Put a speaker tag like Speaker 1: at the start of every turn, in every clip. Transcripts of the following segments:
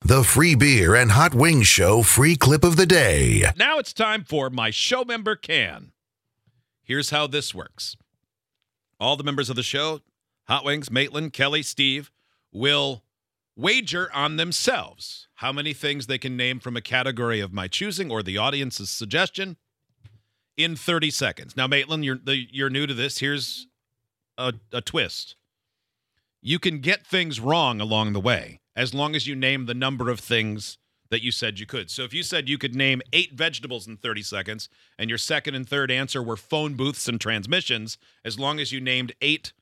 Speaker 1: The free beer and hot wings show free clip of the day.
Speaker 2: Now it's time for my show member can. Here's how this works. All the members of the show, Hot Wings, Maitland, Kelly, Steve, will wager on themselves how many things they can name from a category of my choosing or the audience's suggestion in 30 seconds. Now, Maitland, you're the, you're new to this. Here's a, a twist. You can get things wrong along the way as long as you name the number of things that you said you could. So if you said you could name eight vegetables in 30 seconds and your second and third answer were phone booths and transmissions, as long as you named eight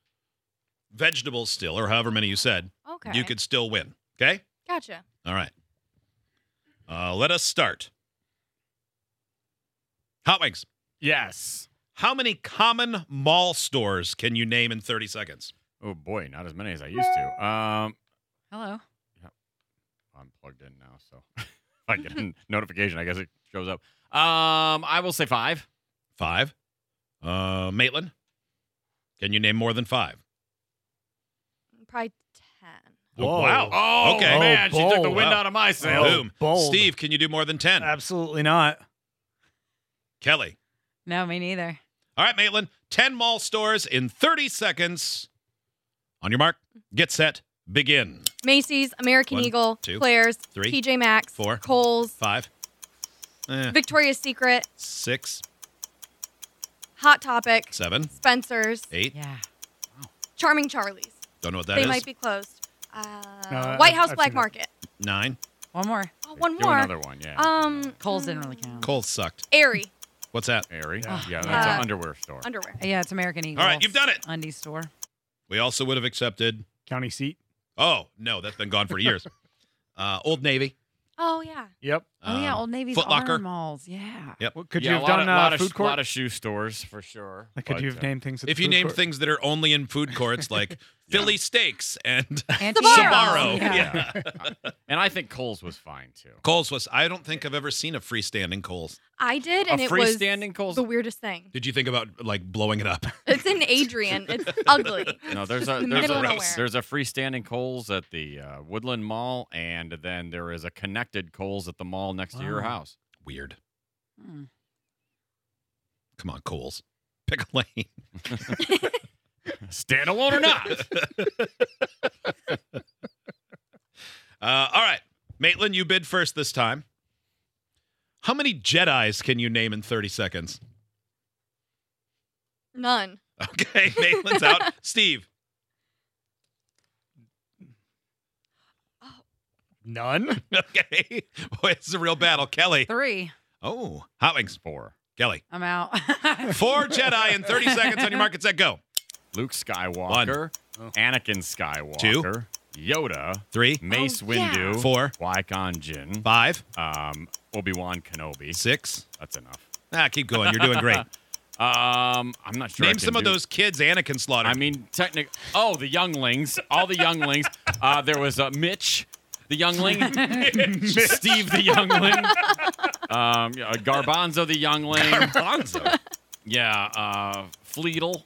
Speaker 2: vegetables still, or however many you said,
Speaker 3: Okay.
Speaker 2: you could still win. Okay?
Speaker 3: Gotcha.
Speaker 2: All right. Uh, let us start. Hot Wings,
Speaker 4: Yes.
Speaker 2: how many common mall stores can you name in 30 seconds?
Speaker 4: Oh boy, not as many as I used to. Um,
Speaker 3: Hello.
Speaker 4: I'm plugged in now, so if I get a notification, I guess it shows up. Um, I will say five.
Speaker 2: Five. Uh, Maitland, can you name more than five?
Speaker 3: Probably ten.
Speaker 5: Whoa.
Speaker 2: Wow.
Speaker 4: Oh,
Speaker 2: Okay.
Speaker 4: man, she took the
Speaker 5: bold.
Speaker 4: wind
Speaker 2: Wow.
Speaker 4: out of my sails.
Speaker 2: Boom.
Speaker 5: bold.
Speaker 2: Steve, can you do more than 10?
Speaker 5: Absolutely not.
Speaker 2: Kelly.
Speaker 3: No, me neither.
Speaker 2: All right, Maitland. 10 mall stores in 30 seconds. On your mark, get set, begin.
Speaker 3: Macy's, American
Speaker 2: One,
Speaker 3: Eagle,
Speaker 2: two,
Speaker 3: Claire's,
Speaker 2: three,
Speaker 3: TJ Maxx,
Speaker 2: four,
Speaker 3: Kohl's,
Speaker 2: Five, eh,
Speaker 3: Victoria's Secret,
Speaker 2: six,
Speaker 3: Hot Topic,
Speaker 2: seven,
Speaker 3: Spencer's,
Speaker 2: eight.
Speaker 3: yeah, Charming Charlie's.
Speaker 2: Don't know what that
Speaker 3: they
Speaker 2: is.
Speaker 3: might be closed. Uh,
Speaker 5: I-
Speaker 3: White House
Speaker 5: I've
Speaker 3: Black
Speaker 5: seen that.
Speaker 3: Market.
Speaker 2: Nine.
Speaker 6: One more.
Speaker 3: Oh, one
Speaker 4: Do
Speaker 3: more.
Speaker 4: another one, yeah.
Speaker 3: Um,
Speaker 6: Coles didn't really count.
Speaker 2: Cole sucked.
Speaker 3: Airy
Speaker 2: What's that?
Speaker 4: Airy.
Speaker 5: Yeah.
Speaker 4: Yeah, that's an
Speaker 3: Uh,
Speaker 4: underwear store.
Speaker 3: underwear.
Speaker 6: Yeah, it's American Eagle.
Speaker 2: All right, you've done it.
Speaker 6: Undies store.
Speaker 2: We also would have accepted.
Speaker 5: County seat.
Speaker 2: Oh, no, that's been gone for years. Uh, Old Navy.
Speaker 3: Oh yeah.
Speaker 5: Yep.
Speaker 6: oh yeah,
Speaker 2: um,
Speaker 6: Old Navy's
Speaker 2: Foot Locker.
Speaker 6: Honor malls. Yeah.
Speaker 2: Yep.
Speaker 5: What, could
Speaker 4: yeah,
Speaker 5: you
Speaker 4: a
Speaker 5: have
Speaker 4: lot
Speaker 5: done
Speaker 4: of,
Speaker 5: uh,
Speaker 4: lot of, A
Speaker 5: food
Speaker 4: lot
Speaker 5: court?
Speaker 4: of shoe stores for sure.
Speaker 5: Like, could
Speaker 4: but,
Speaker 5: you have
Speaker 4: uh,
Speaker 5: named things? At
Speaker 2: If
Speaker 5: the
Speaker 2: you
Speaker 5: food
Speaker 2: named
Speaker 5: court?
Speaker 2: things that are only in food courts, like Philly steaks and
Speaker 6: And
Speaker 2: Sbarro.
Speaker 3: Sbarro.
Speaker 6: Yeah.
Speaker 2: Yeah.
Speaker 4: And I think Cole's was fine too.
Speaker 2: Cole's was. I don't think I've ever seen a freestanding Cole's.
Speaker 3: I did, and
Speaker 4: a
Speaker 3: it was
Speaker 4: freestanding Cole's.
Speaker 3: the weirdest thing.
Speaker 2: Did you think about like blowing it up?
Speaker 3: It's in Adrian. It's ugly.
Speaker 4: No,
Speaker 3: It's
Speaker 4: there's
Speaker 3: just
Speaker 4: a
Speaker 3: in the
Speaker 4: there's
Speaker 3: middle of
Speaker 4: a,
Speaker 3: nowhere.
Speaker 4: there's a freestanding Coles at the uh, Woodland Mall, and then there is a connected Coles at the mall next to your
Speaker 2: Oh.
Speaker 5: Wow.
Speaker 4: house.
Speaker 2: Weird.
Speaker 6: Hmm.
Speaker 2: Come on, Cole's. Pick a lane.
Speaker 4: Standalone or not?
Speaker 2: Uh, all right, Maitland, you bid first this time. How many Jedi's can you name in 30 seconds?
Speaker 3: None.
Speaker 2: Okay, Maitland's out. Steve,
Speaker 5: None.
Speaker 2: okay. Boy, it's a real battle. Kelly.
Speaker 6: Three.
Speaker 2: Oh, Hot Wings. Four. Kelly.
Speaker 6: I'm out.
Speaker 2: Four Jedi in 30 seconds on your market set. Go.
Speaker 4: Luke Skywalker,
Speaker 5: Oh.
Speaker 4: Anakin Skywalker, Yoda,
Speaker 2: Three,
Speaker 4: Mace
Speaker 3: Oh, yeah.
Speaker 4: Windu,
Speaker 2: four,
Speaker 4: Qui-Gon Jinn,
Speaker 2: five,
Speaker 4: um, Obi Wan Kenobi.
Speaker 2: six.
Speaker 4: That's enough.
Speaker 2: Ah, keep going. You're doing great.
Speaker 4: Um, I'm not sure. I
Speaker 2: Name
Speaker 4: can
Speaker 2: some of
Speaker 4: do-
Speaker 2: those kids Anakin slaughtered.
Speaker 4: I mean, technic. Oh, the younglings. All the younglings. Uh, there was uh, Mitch, the youngling. Steve, the youngling. Um, yeah, Garbanzo, the youngling.
Speaker 2: Garbanzo.
Speaker 4: yeah. Uh, Fleetle.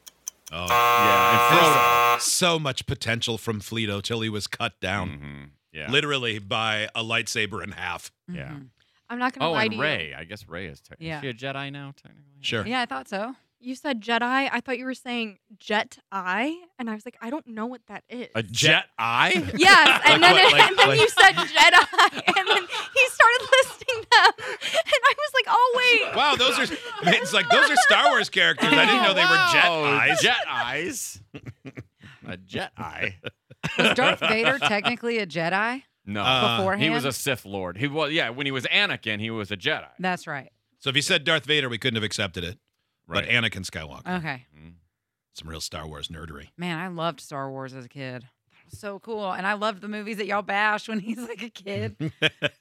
Speaker 2: Oh,
Speaker 4: Yeah.
Speaker 2: so much potential from Fleeto till he was cut down,
Speaker 4: And Frodo. hmm Yeah.
Speaker 2: literally by a lightsaber in half.
Speaker 4: Yeah.
Speaker 6: Mhm.
Speaker 3: I'm not gonna
Speaker 4: Oh,
Speaker 3: lie
Speaker 4: and
Speaker 3: to you.
Speaker 4: Ray. I guess Ray is. Te-
Speaker 6: Yeah.
Speaker 4: Is she a Jedi now? Technically.
Speaker 2: Sure.
Speaker 6: Yeah, I thought so.
Speaker 3: You said Jedi. I thought you were saying Jet Eye, and I was like, I don't know what that is.
Speaker 4: A Jet Eye.
Speaker 3: Yes, and
Speaker 2: Like
Speaker 3: then,
Speaker 2: what, like-
Speaker 3: and then
Speaker 2: like-
Speaker 3: you said Jedi, and then he started listing them, and I was like, oh wait,
Speaker 2: Wow, those are it's like those are Star Wars
Speaker 6: Oh,
Speaker 2: characters. I didn't know they were jet
Speaker 4: Oh,
Speaker 2: eyes.
Speaker 4: Jet eyes. Oh, a jet eye.
Speaker 6: Was Darth Vader technically a Jedi
Speaker 4: No.
Speaker 2: Uh,
Speaker 6: beforehand?
Speaker 4: he was a Sith Lord. He was yeah. When he was Anakin, he was a Jedi.
Speaker 6: That's right.
Speaker 2: So if you said Darth Vader, we couldn't have accepted it. But Anakin Skywalker,
Speaker 6: Okay.
Speaker 2: Mm-hmm.
Speaker 4: Mhm.
Speaker 2: some real Star Wars nerdery.
Speaker 6: Man, I loved Star Wars as a kid. It was So cool, and I loved the movies that y'all bash when he's like a kid. and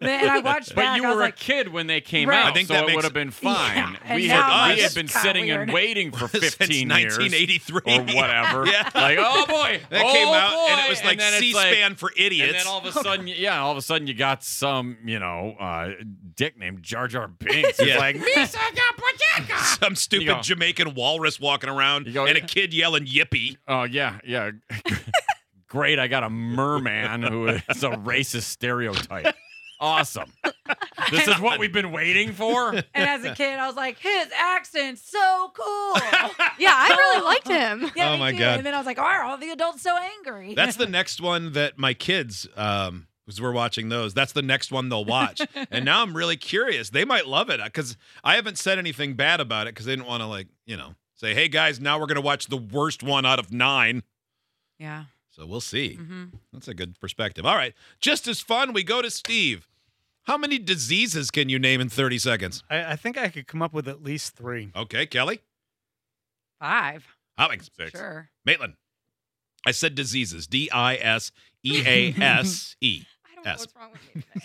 Speaker 6: I watched
Speaker 4: But
Speaker 6: back.
Speaker 4: you
Speaker 6: I was
Speaker 4: were
Speaker 6: like,
Speaker 4: a kid when they came
Speaker 6: Right.
Speaker 4: out,
Speaker 6: I
Speaker 2: think
Speaker 4: so
Speaker 2: that
Speaker 4: it
Speaker 2: makes-
Speaker 4: would have been fine.
Speaker 6: Yeah,
Speaker 4: we
Speaker 6: and
Speaker 2: now
Speaker 4: had, we
Speaker 2: it's
Speaker 4: had been
Speaker 6: kinda
Speaker 4: sitting
Speaker 6: weird.
Speaker 4: and waiting for 15
Speaker 2: Since
Speaker 4: years
Speaker 2: 1983
Speaker 4: or whatever.
Speaker 2: Yeah.
Speaker 4: Like, oh boy,
Speaker 2: That
Speaker 4: oh
Speaker 2: came out
Speaker 4: boy.
Speaker 2: and it was like
Speaker 4: then it's
Speaker 2: C-SPan for idiots.
Speaker 4: and then all of a sudden, yeah, all of a sudden you got some, you know, uh, dick named Jar Jar Binks. It's
Speaker 2: Yeah.
Speaker 4: like, Misa Gapajaka!
Speaker 2: some stupid
Speaker 4: You go-
Speaker 2: Jamaican walrus walking around
Speaker 4: You go-
Speaker 2: and a kid yelling yippee.
Speaker 4: Oh yeah, yeah. Great, I got a merman who is a racist stereotype. Awesome. This is what we've been waiting for.
Speaker 6: And as a kid, I was like, his accent's so cool.
Speaker 3: Yeah, I really liked him.
Speaker 6: Yeah,
Speaker 2: Oh,
Speaker 6: me
Speaker 2: my
Speaker 6: too.
Speaker 2: God.
Speaker 6: And then I was like, are all the adults so angry?
Speaker 2: That's the next one that my kids, um, because we're watching those, that's the next one they'll watch. and now I'm really curious. They might love it because I haven't said anything bad about it because they didn't want to, like, you know, say, hey guys, now we're going to watch the worst one out of nine.
Speaker 6: yeah.
Speaker 2: So we'll see.
Speaker 6: Mm-hmm.
Speaker 2: That's a good perspective. All right. Just as fun, we go to Steve. How many diseases can you name in 30 seconds?
Speaker 5: I, I think I could come up with at least three.
Speaker 2: Okay, Kelly.
Speaker 6: Five.
Speaker 2: Hobbings. Six.
Speaker 6: Sure.
Speaker 2: Maitland. I said diseases. D I S E A S E.
Speaker 3: I don't know
Speaker 2: Yes.
Speaker 3: what's wrong with me. today.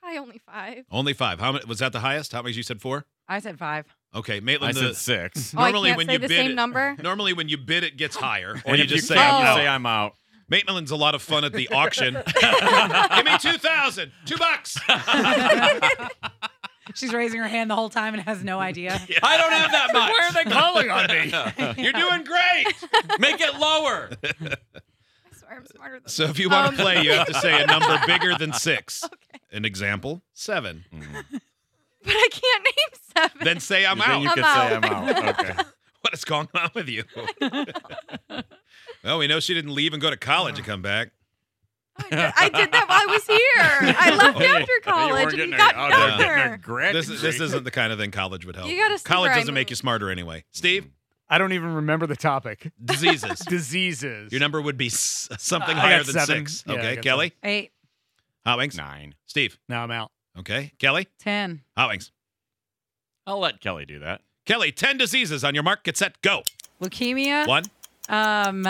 Speaker 3: Probably only five.
Speaker 2: Only five. How many was that the highest? How many you said four?
Speaker 6: I said five.
Speaker 2: Okay,
Speaker 4: I
Speaker 2: Maitland.
Speaker 4: said
Speaker 2: The,
Speaker 4: six.
Speaker 3: Oh, I
Speaker 2: Normally
Speaker 3: can't
Speaker 2: when
Speaker 3: say
Speaker 2: you
Speaker 3: the
Speaker 2: bid
Speaker 3: same
Speaker 2: it-
Speaker 3: number.
Speaker 2: normally when you bid, it gets higher, or
Speaker 4: and
Speaker 2: you
Speaker 4: if you
Speaker 2: just say,
Speaker 4: can't,
Speaker 2: I'm
Speaker 4: you
Speaker 2: out.
Speaker 4: say I'm out.
Speaker 2: Maitland's a lot of fun at the auction. Give me two thousand, two bucks.
Speaker 6: She's raising her hand the whole time and has no idea.
Speaker 4: I don't have that much. Where are they calling on me?
Speaker 2: You're doing great.
Speaker 4: Make it lower.
Speaker 3: I swear I'm smarter than
Speaker 2: So
Speaker 3: that.
Speaker 2: if you want
Speaker 3: Um,
Speaker 2: to play, you have to say a number bigger than six. An example, seven.
Speaker 4: Mm.
Speaker 3: But I can't name seven.
Speaker 2: Then say I'm
Speaker 4: then
Speaker 2: out.
Speaker 4: you
Speaker 3: I'm
Speaker 4: could
Speaker 3: out.
Speaker 4: say I'm out. Okay.
Speaker 2: What is going on with you? well, we know she didn't leave and go to college and come back.
Speaker 3: I did- I did that while I was here. I left after
Speaker 4: You
Speaker 3: college
Speaker 4: were
Speaker 3: and
Speaker 4: getting
Speaker 3: you
Speaker 4: a,
Speaker 3: got
Speaker 4: oh, they're
Speaker 3: younger.
Speaker 4: getting a grad
Speaker 2: This, is- this
Speaker 4: degree.
Speaker 2: isn't the kind of thing college would help.
Speaker 3: You gotta see
Speaker 2: college
Speaker 3: where I
Speaker 2: doesn't make you
Speaker 3: moved.
Speaker 2: smarter anyway. Steve,
Speaker 5: I don't even remember the topic.
Speaker 2: diseases.
Speaker 5: Diseases.
Speaker 2: Your number would be s- something
Speaker 5: I
Speaker 2: higher
Speaker 5: got
Speaker 2: than
Speaker 5: seven.
Speaker 2: six.
Speaker 5: Yeah, I
Speaker 2: okay,
Speaker 5: got
Speaker 2: Kelly,
Speaker 6: Eight,
Speaker 2: Hotwings,
Speaker 4: nine.
Speaker 2: Steve,
Speaker 5: No, I'm out.
Speaker 2: okay, Kelly,
Speaker 6: ten.
Speaker 2: Hotwings,
Speaker 4: I'll let Kelly do that.
Speaker 2: Kelly. Ten diseases on your mark, get set, go.
Speaker 6: Leukemia.
Speaker 2: One,
Speaker 6: Um,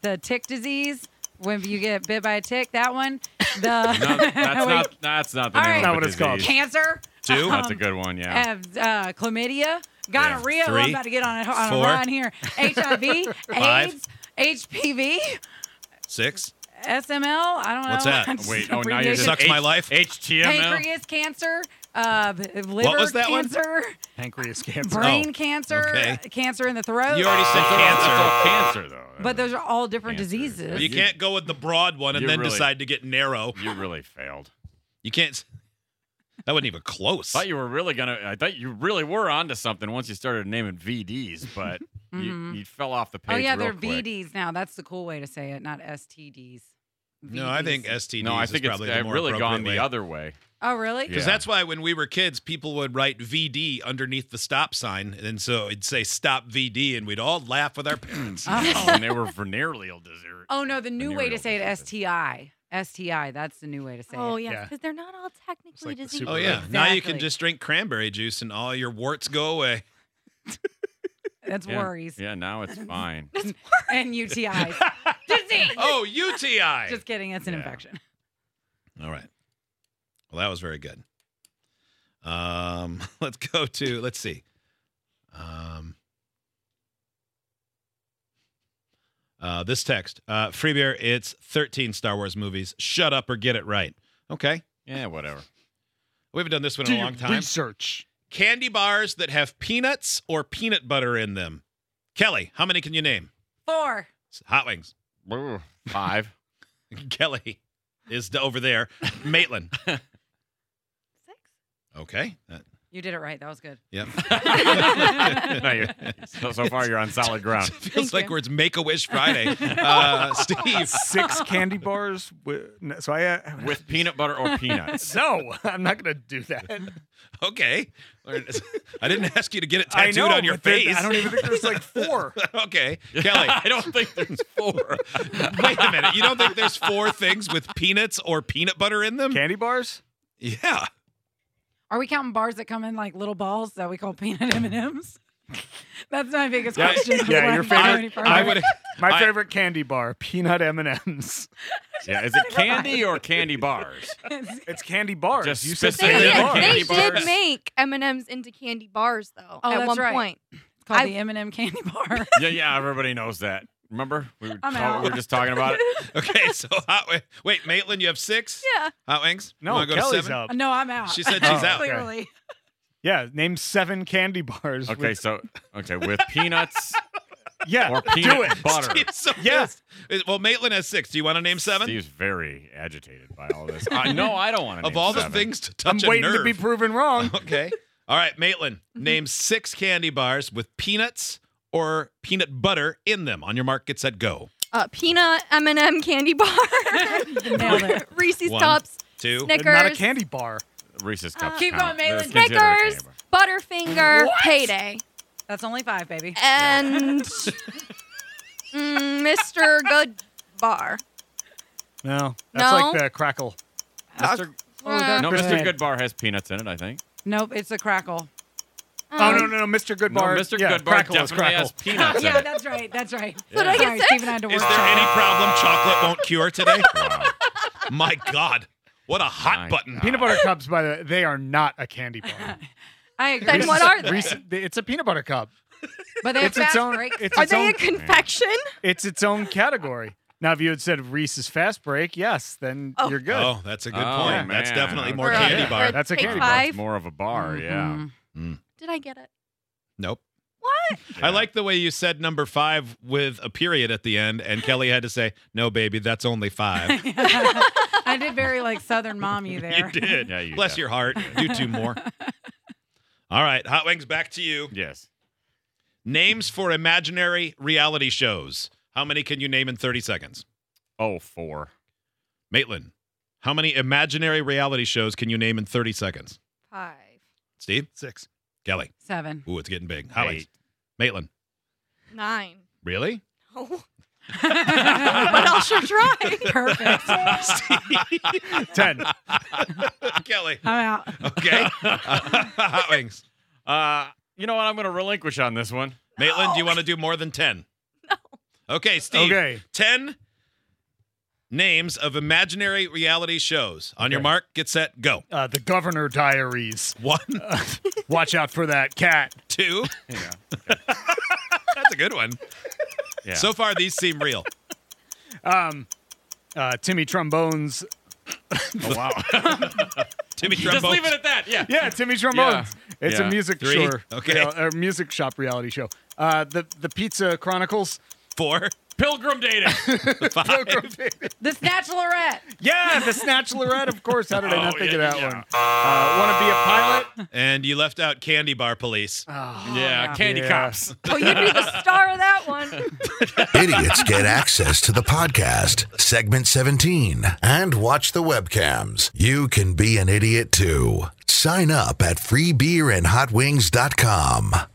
Speaker 6: the tick disease. When you get bit by a tick, that one. The
Speaker 4: No, that's not. That's not the
Speaker 6: All
Speaker 4: name
Speaker 6: right.
Speaker 4: of
Speaker 5: Not
Speaker 4: the
Speaker 5: what it's
Speaker 4: disease.
Speaker 5: called.
Speaker 6: cancer. Um,
Speaker 2: two,
Speaker 4: That's a good one. Yeah.
Speaker 6: have uh, chlamydia, gonorrhea. well,
Speaker 2: Three,
Speaker 6: I'm about to get on a, on
Speaker 2: four,
Speaker 6: a run here. HIV,
Speaker 2: five.
Speaker 6: AIDS, HPV,
Speaker 2: six.
Speaker 6: SML. I don't know.
Speaker 2: What's that?
Speaker 6: I'm just
Speaker 4: Wait. Oh, now you're
Speaker 6: abbreviating.
Speaker 4: just
Speaker 2: Sucks my life.
Speaker 4: HTML.
Speaker 6: pancreas cancer, uh, liver
Speaker 2: was that one?
Speaker 6: cancer,
Speaker 5: Pancreas cancer.
Speaker 6: brain cancer,
Speaker 2: okay.
Speaker 6: cancer in the
Speaker 5: Oh.
Speaker 6: throat.
Speaker 2: You already said cancer.
Speaker 4: Oh, Cancer though.
Speaker 6: but those are all different
Speaker 4: Cancer.
Speaker 6: diseases.
Speaker 2: You can't go with the broad one and
Speaker 4: You
Speaker 2: then
Speaker 4: really-
Speaker 2: decide to get narrow.
Speaker 4: You really failed.
Speaker 2: You can't. s- That wasn't even close.
Speaker 4: Thought you were really gonna. I thought you really were onto something once you started naming VDs, but you,
Speaker 6: Mhm.
Speaker 4: you fell off the page.
Speaker 6: oh yeah,
Speaker 4: real
Speaker 6: they're
Speaker 4: quick.
Speaker 6: VDs now. That's the cool way to say it, not STDs.
Speaker 2: No, I think
Speaker 6: VDs.
Speaker 2: STDs.
Speaker 4: No, I think
Speaker 2: is
Speaker 4: it's
Speaker 2: probably the
Speaker 4: I've
Speaker 2: more
Speaker 4: really gone
Speaker 2: appropriate way.
Speaker 4: the other way.
Speaker 6: Oh really?
Speaker 4: Yeah.
Speaker 2: Because that's why when we were kids, people would write VD underneath the stop sign. And so it'd say stop VD, and we'd all laugh with our parents.
Speaker 4: Oh, and they were venereal disease.
Speaker 6: Oh no, the new way to
Speaker 4: Venereal
Speaker 6: say it,
Speaker 4: diseases.
Speaker 6: STI. STI. That's the new way to say
Speaker 3: Oh,
Speaker 6: it.
Speaker 3: yes,
Speaker 5: Yeah.
Speaker 3: because they're not all technically
Speaker 5: like the
Speaker 3: diseases.
Speaker 5: super-
Speaker 2: oh, yeah. Now you can
Speaker 6: Exactly.
Speaker 2: just drink cranberry juice, and all your warts go away.
Speaker 6: That's
Speaker 4: Yeah.
Speaker 6: worries
Speaker 4: Yeah, now it's fine.
Speaker 6: and UTIs. Disease.
Speaker 2: Oh, UTI.
Speaker 6: Just kidding. It's an
Speaker 4: Yeah.
Speaker 6: infection.
Speaker 2: all right. Well, that was very good. Um, let's go to, let's see. Um, uh, this text, uh, Freebeer, it's 13 Star Wars movies. Shut up or get it right. Okay.
Speaker 4: Yeah, whatever.
Speaker 2: We haven't done this one in
Speaker 5: Do
Speaker 2: a long
Speaker 5: your
Speaker 2: time.
Speaker 5: research.
Speaker 2: candy bars that have peanuts or peanut butter in them. Kelly, how many can you name?
Speaker 6: Four.
Speaker 2: Hot Wings.
Speaker 4: Brr. Five.
Speaker 2: Kelly is over there. Maitland.
Speaker 3: Six?
Speaker 2: Okay. That-
Speaker 6: You did it right. That was good.
Speaker 2: yep.
Speaker 4: no, you're, so, so far you're on solid ground.
Speaker 2: Feels
Speaker 3: Thank
Speaker 2: like
Speaker 3: you.
Speaker 2: we're it's Make a Wish Friday. Uh, Steve.
Speaker 5: Six candy bars. With, no, so I. Uh,
Speaker 4: With peanut butter or peanuts.
Speaker 5: no, I'm not going to do that.
Speaker 2: Okay. I didn't ask you to get it
Speaker 5: I
Speaker 2: tattooed
Speaker 5: know,
Speaker 2: on your
Speaker 5: but there-
Speaker 2: face.
Speaker 5: I don't even think there's like four.
Speaker 2: okay. Kelly.
Speaker 4: I don't think there's four.
Speaker 2: Wait a minute. You don't think there's four things with peanuts or peanut butter in them?
Speaker 5: Candy bars?
Speaker 2: Yeah.
Speaker 6: Are we counting bars that come in like little balls that we call peanut M and M's? That's my biggest
Speaker 2: Yeah,
Speaker 6: question.
Speaker 5: yeah,
Speaker 6: Why
Speaker 5: your
Speaker 6: am I going
Speaker 5: favorite-
Speaker 6: any
Speaker 5: I
Speaker 6: further?
Speaker 5: would-
Speaker 2: I-
Speaker 5: My favorite candy bar, peanut M&Ms.
Speaker 4: Yeah, is it candy or candy bars?
Speaker 5: It's candy bars.
Speaker 4: Just
Speaker 5: you said
Speaker 3: They,
Speaker 4: Candy
Speaker 3: did,
Speaker 4: bars.
Speaker 3: they
Speaker 4: Candy bars.
Speaker 3: did make M&Ms into candy bars, though,
Speaker 6: Oh,
Speaker 3: at
Speaker 6: that's
Speaker 3: one
Speaker 6: right.
Speaker 3: point.
Speaker 6: It's called
Speaker 3: I-
Speaker 6: the M and M candy bar.
Speaker 4: Yeah, yeah, everybody knows that. Remember? We were,
Speaker 6: I'm
Speaker 4: oh,
Speaker 6: out.
Speaker 4: we were just talking about it.
Speaker 2: Okay. So, hot, Wi- wait, Maitland, you have six?
Speaker 3: Yeah.
Speaker 2: Hot Wings? You
Speaker 5: No,
Speaker 2: wanna go to
Speaker 5: Kelly's
Speaker 2: seven?
Speaker 5: up.
Speaker 6: no, I'm out.
Speaker 2: She said she's
Speaker 5: Oh,
Speaker 2: out.
Speaker 5: okay.
Speaker 6: Clearly,
Speaker 5: Yeah, name seven candy bars.
Speaker 4: Okay,
Speaker 5: with-
Speaker 4: so okay, with peanuts
Speaker 5: Yeah,
Speaker 4: or peanut
Speaker 5: do it.
Speaker 4: butter.
Speaker 2: Steve's so
Speaker 5: Yeah.
Speaker 2: pissed. Well, Maitland has six. Do you want to name seven?
Speaker 4: Steve's very agitated by all this. I, no, I don't want to.
Speaker 2: of all the things to
Speaker 5: I'm
Speaker 2: touch a
Speaker 5: waiting
Speaker 2: nerve.
Speaker 5: to be proven wrong.
Speaker 2: okay. All right, Maitland, name six candy bars with peanuts or peanut butter in them. On your mark, get set, go.
Speaker 3: Uh, peanut M&M candy bar.
Speaker 6: Nailed it.
Speaker 3: Reese's
Speaker 2: One,
Speaker 3: Cups.
Speaker 2: Two.
Speaker 5: It's not a
Speaker 3: Snickers.
Speaker 5: candy bar.
Speaker 4: Reese's cups.
Speaker 6: Keep
Speaker 4: count.
Speaker 6: going, Maitland.
Speaker 4: They're considered a candy
Speaker 3: Snickers.
Speaker 4: bar.
Speaker 3: Butterfinger.
Speaker 5: What?
Speaker 3: Payday.
Speaker 6: That's only five, baby.
Speaker 3: And mm, Mr. Good Bar.
Speaker 5: No, that's
Speaker 3: No.
Speaker 5: like the crackle.
Speaker 4: Mr.
Speaker 6: Oh,
Speaker 3: Um,
Speaker 6: they're-
Speaker 4: No,
Speaker 5: Christine.
Speaker 4: Mr. Goodbar has peanuts in it, I think.
Speaker 6: Nope, it's a crackle.
Speaker 5: Oh no, no, no, Mr.
Speaker 4: No,
Speaker 5: Goodbar.
Speaker 4: Mr.
Speaker 5: Yeah,
Speaker 4: Goodbar
Speaker 5: crackle is
Speaker 4: definitely
Speaker 5: crackle.
Speaker 4: has peanuts in
Speaker 6: yeah,
Speaker 4: it.
Speaker 6: that's right. That's right.
Speaker 3: What did I get
Speaker 6: Sorry,
Speaker 3: six?
Speaker 6: Steven had to work.
Speaker 2: Is there any problem chocolate won't cure today?
Speaker 4: Wow.
Speaker 2: My God. What a hot
Speaker 4: My
Speaker 2: button.
Speaker 4: God.
Speaker 5: Peanut butter cups, by the way, they are not a candy bar.
Speaker 6: I agree.
Speaker 3: Then what are they?
Speaker 5: Reese- it's a peanut butter cup.
Speaker 6: But they have
Speaker 5: It's its
Speaker 6: fast
Speaker 5: own-
Speaker 6: break.
Speaker 5: it's
Speaker 3: Are
Speaker 5: its
Speaker 3: they
Speaker 5: own
Speaker 3: a confection?
Speaker 5: It's its own category. Now, if you had said Reese's Fast Break, yes, then
Speaker 3: Oh.
Speaker 5: you're good.
Speaker 2: Oh, that's a good
Speaker 4: Oh,
Speaker 2: point. That's
Speaker 4: man.
Speaker 2: definitely more
Speaker 3: Or a-
Speaker 2: candy
Speaker 3: or
Speaker 2: bar.
Speaker 5: That's a
Speaker 3: Take
Speaker 5: candy bar.
Speaker 4: That's
Speaker 3: five.
Speaker 4: more of a bar, yeah.
Speaker 6: Mhm.
Speaker 3: Did I get it?
Speaker 2: Nope.
Speaker 3: What?
Speaker 2: I like the way you said number five with a period at the end, and Kelly had to say, "No, baby, that's only five.
Speaker 6: Mm-hmm. I did very like Southern mommy there.
Speaker 2: you did.
Speaker 4: Yeah, you
Speaker 2: Bless your heart. Do two more. All right, Hot Wings, back to you.
Speaker 4: Yes.
Speaker 2: Names for imaginary reality shows. How many can you name in 30 seconds?
Speaker 4: Oh, four.
Speaker 2: Maitland, how many imaginary reality shows can you name in 30 seconds?
Speaker 3: Five.
Speaker 2: Steve?
Speaker 5: Six.
Speaker 2: Kelly.
Speaker 6: Seven.
Speaker 2: Ooh, it's getting big. Hot Wings.
Speaker 4: Eight.
Speaker 2: Maitland.
Speaker 3: Nine.
Speaker 2: Really?
Speaker 3: Oh.
Speaker 6: but I'll sure try. Perfect.
Speaker 5: Ten.
Speaker 2: Kelly.
Speaker 6: I'm out.
Speaker 2: Okay. Hot Wings.
Speaker 4: Uh, you know what? I'm going to relinquish on this one.
Speaker 2: Maitland, do you want to do more than 10? No. Okay, Steve.
Speaker 5: Okay.
Speaker 2: 10 names of imaginary reality shows. On your
Speaker 5: Okay.
Speaker 2: mark, get set, go.
Speaker 5: Uh, the Governor Diaries.
Speaker 2: One,
Speaker 5: Watch out for that cat.
Speaker 2: two.
Speaker 4: Yeah.
Speaker 2: That's a good one.
Speaker 4: Yeah.
Speaker 2: So far, these seem real.
Speaker 5: Uh, Timmy Trombones.
Speaker 4: oh, wow.
Speaker 2: Timmy
Speaker 4: Just
Speaker 2: Trumbo.
Speaker 4: leave it at that. Yeah.
Speaker 5: Yeah, Timmy Trombones. It's
Speaker 4: Yeah.
Speaker 5: a music
Speaker 2: Three.
Speaker 5: show.
Speaker 2: Okay.
Speaker 5: or music shop reality show. Uh, the the Pizza Chronicles.
Speaker 2: Four,
Speaker 4: Pilgrim dating.
Speaker 2: five.
Speaker 6: The Snatchlorette.
Speaker 5: yeah, the Snatch Lorette, of course. How did I not
Speaker 4: Oh,
Speaker 5: think of
Speaker 4: yeah,
Speaker 5: that
Speaker 4: yeah.
Speaker 5: one? Uh, Want to be a pilot?
Speaker 2: and you left out Candy Bar Police.
Speaker 4: yeah. Candy
Speaker 5: Yeah.
Speaker 4: cops.
Speaker 3: Oh, you'd be the star of that one.
Speaker 1: Idiots get access to the podcast, segment 17, and watch the webcams. You can be an idiot too. Sign up at freebeerandhotwings.com.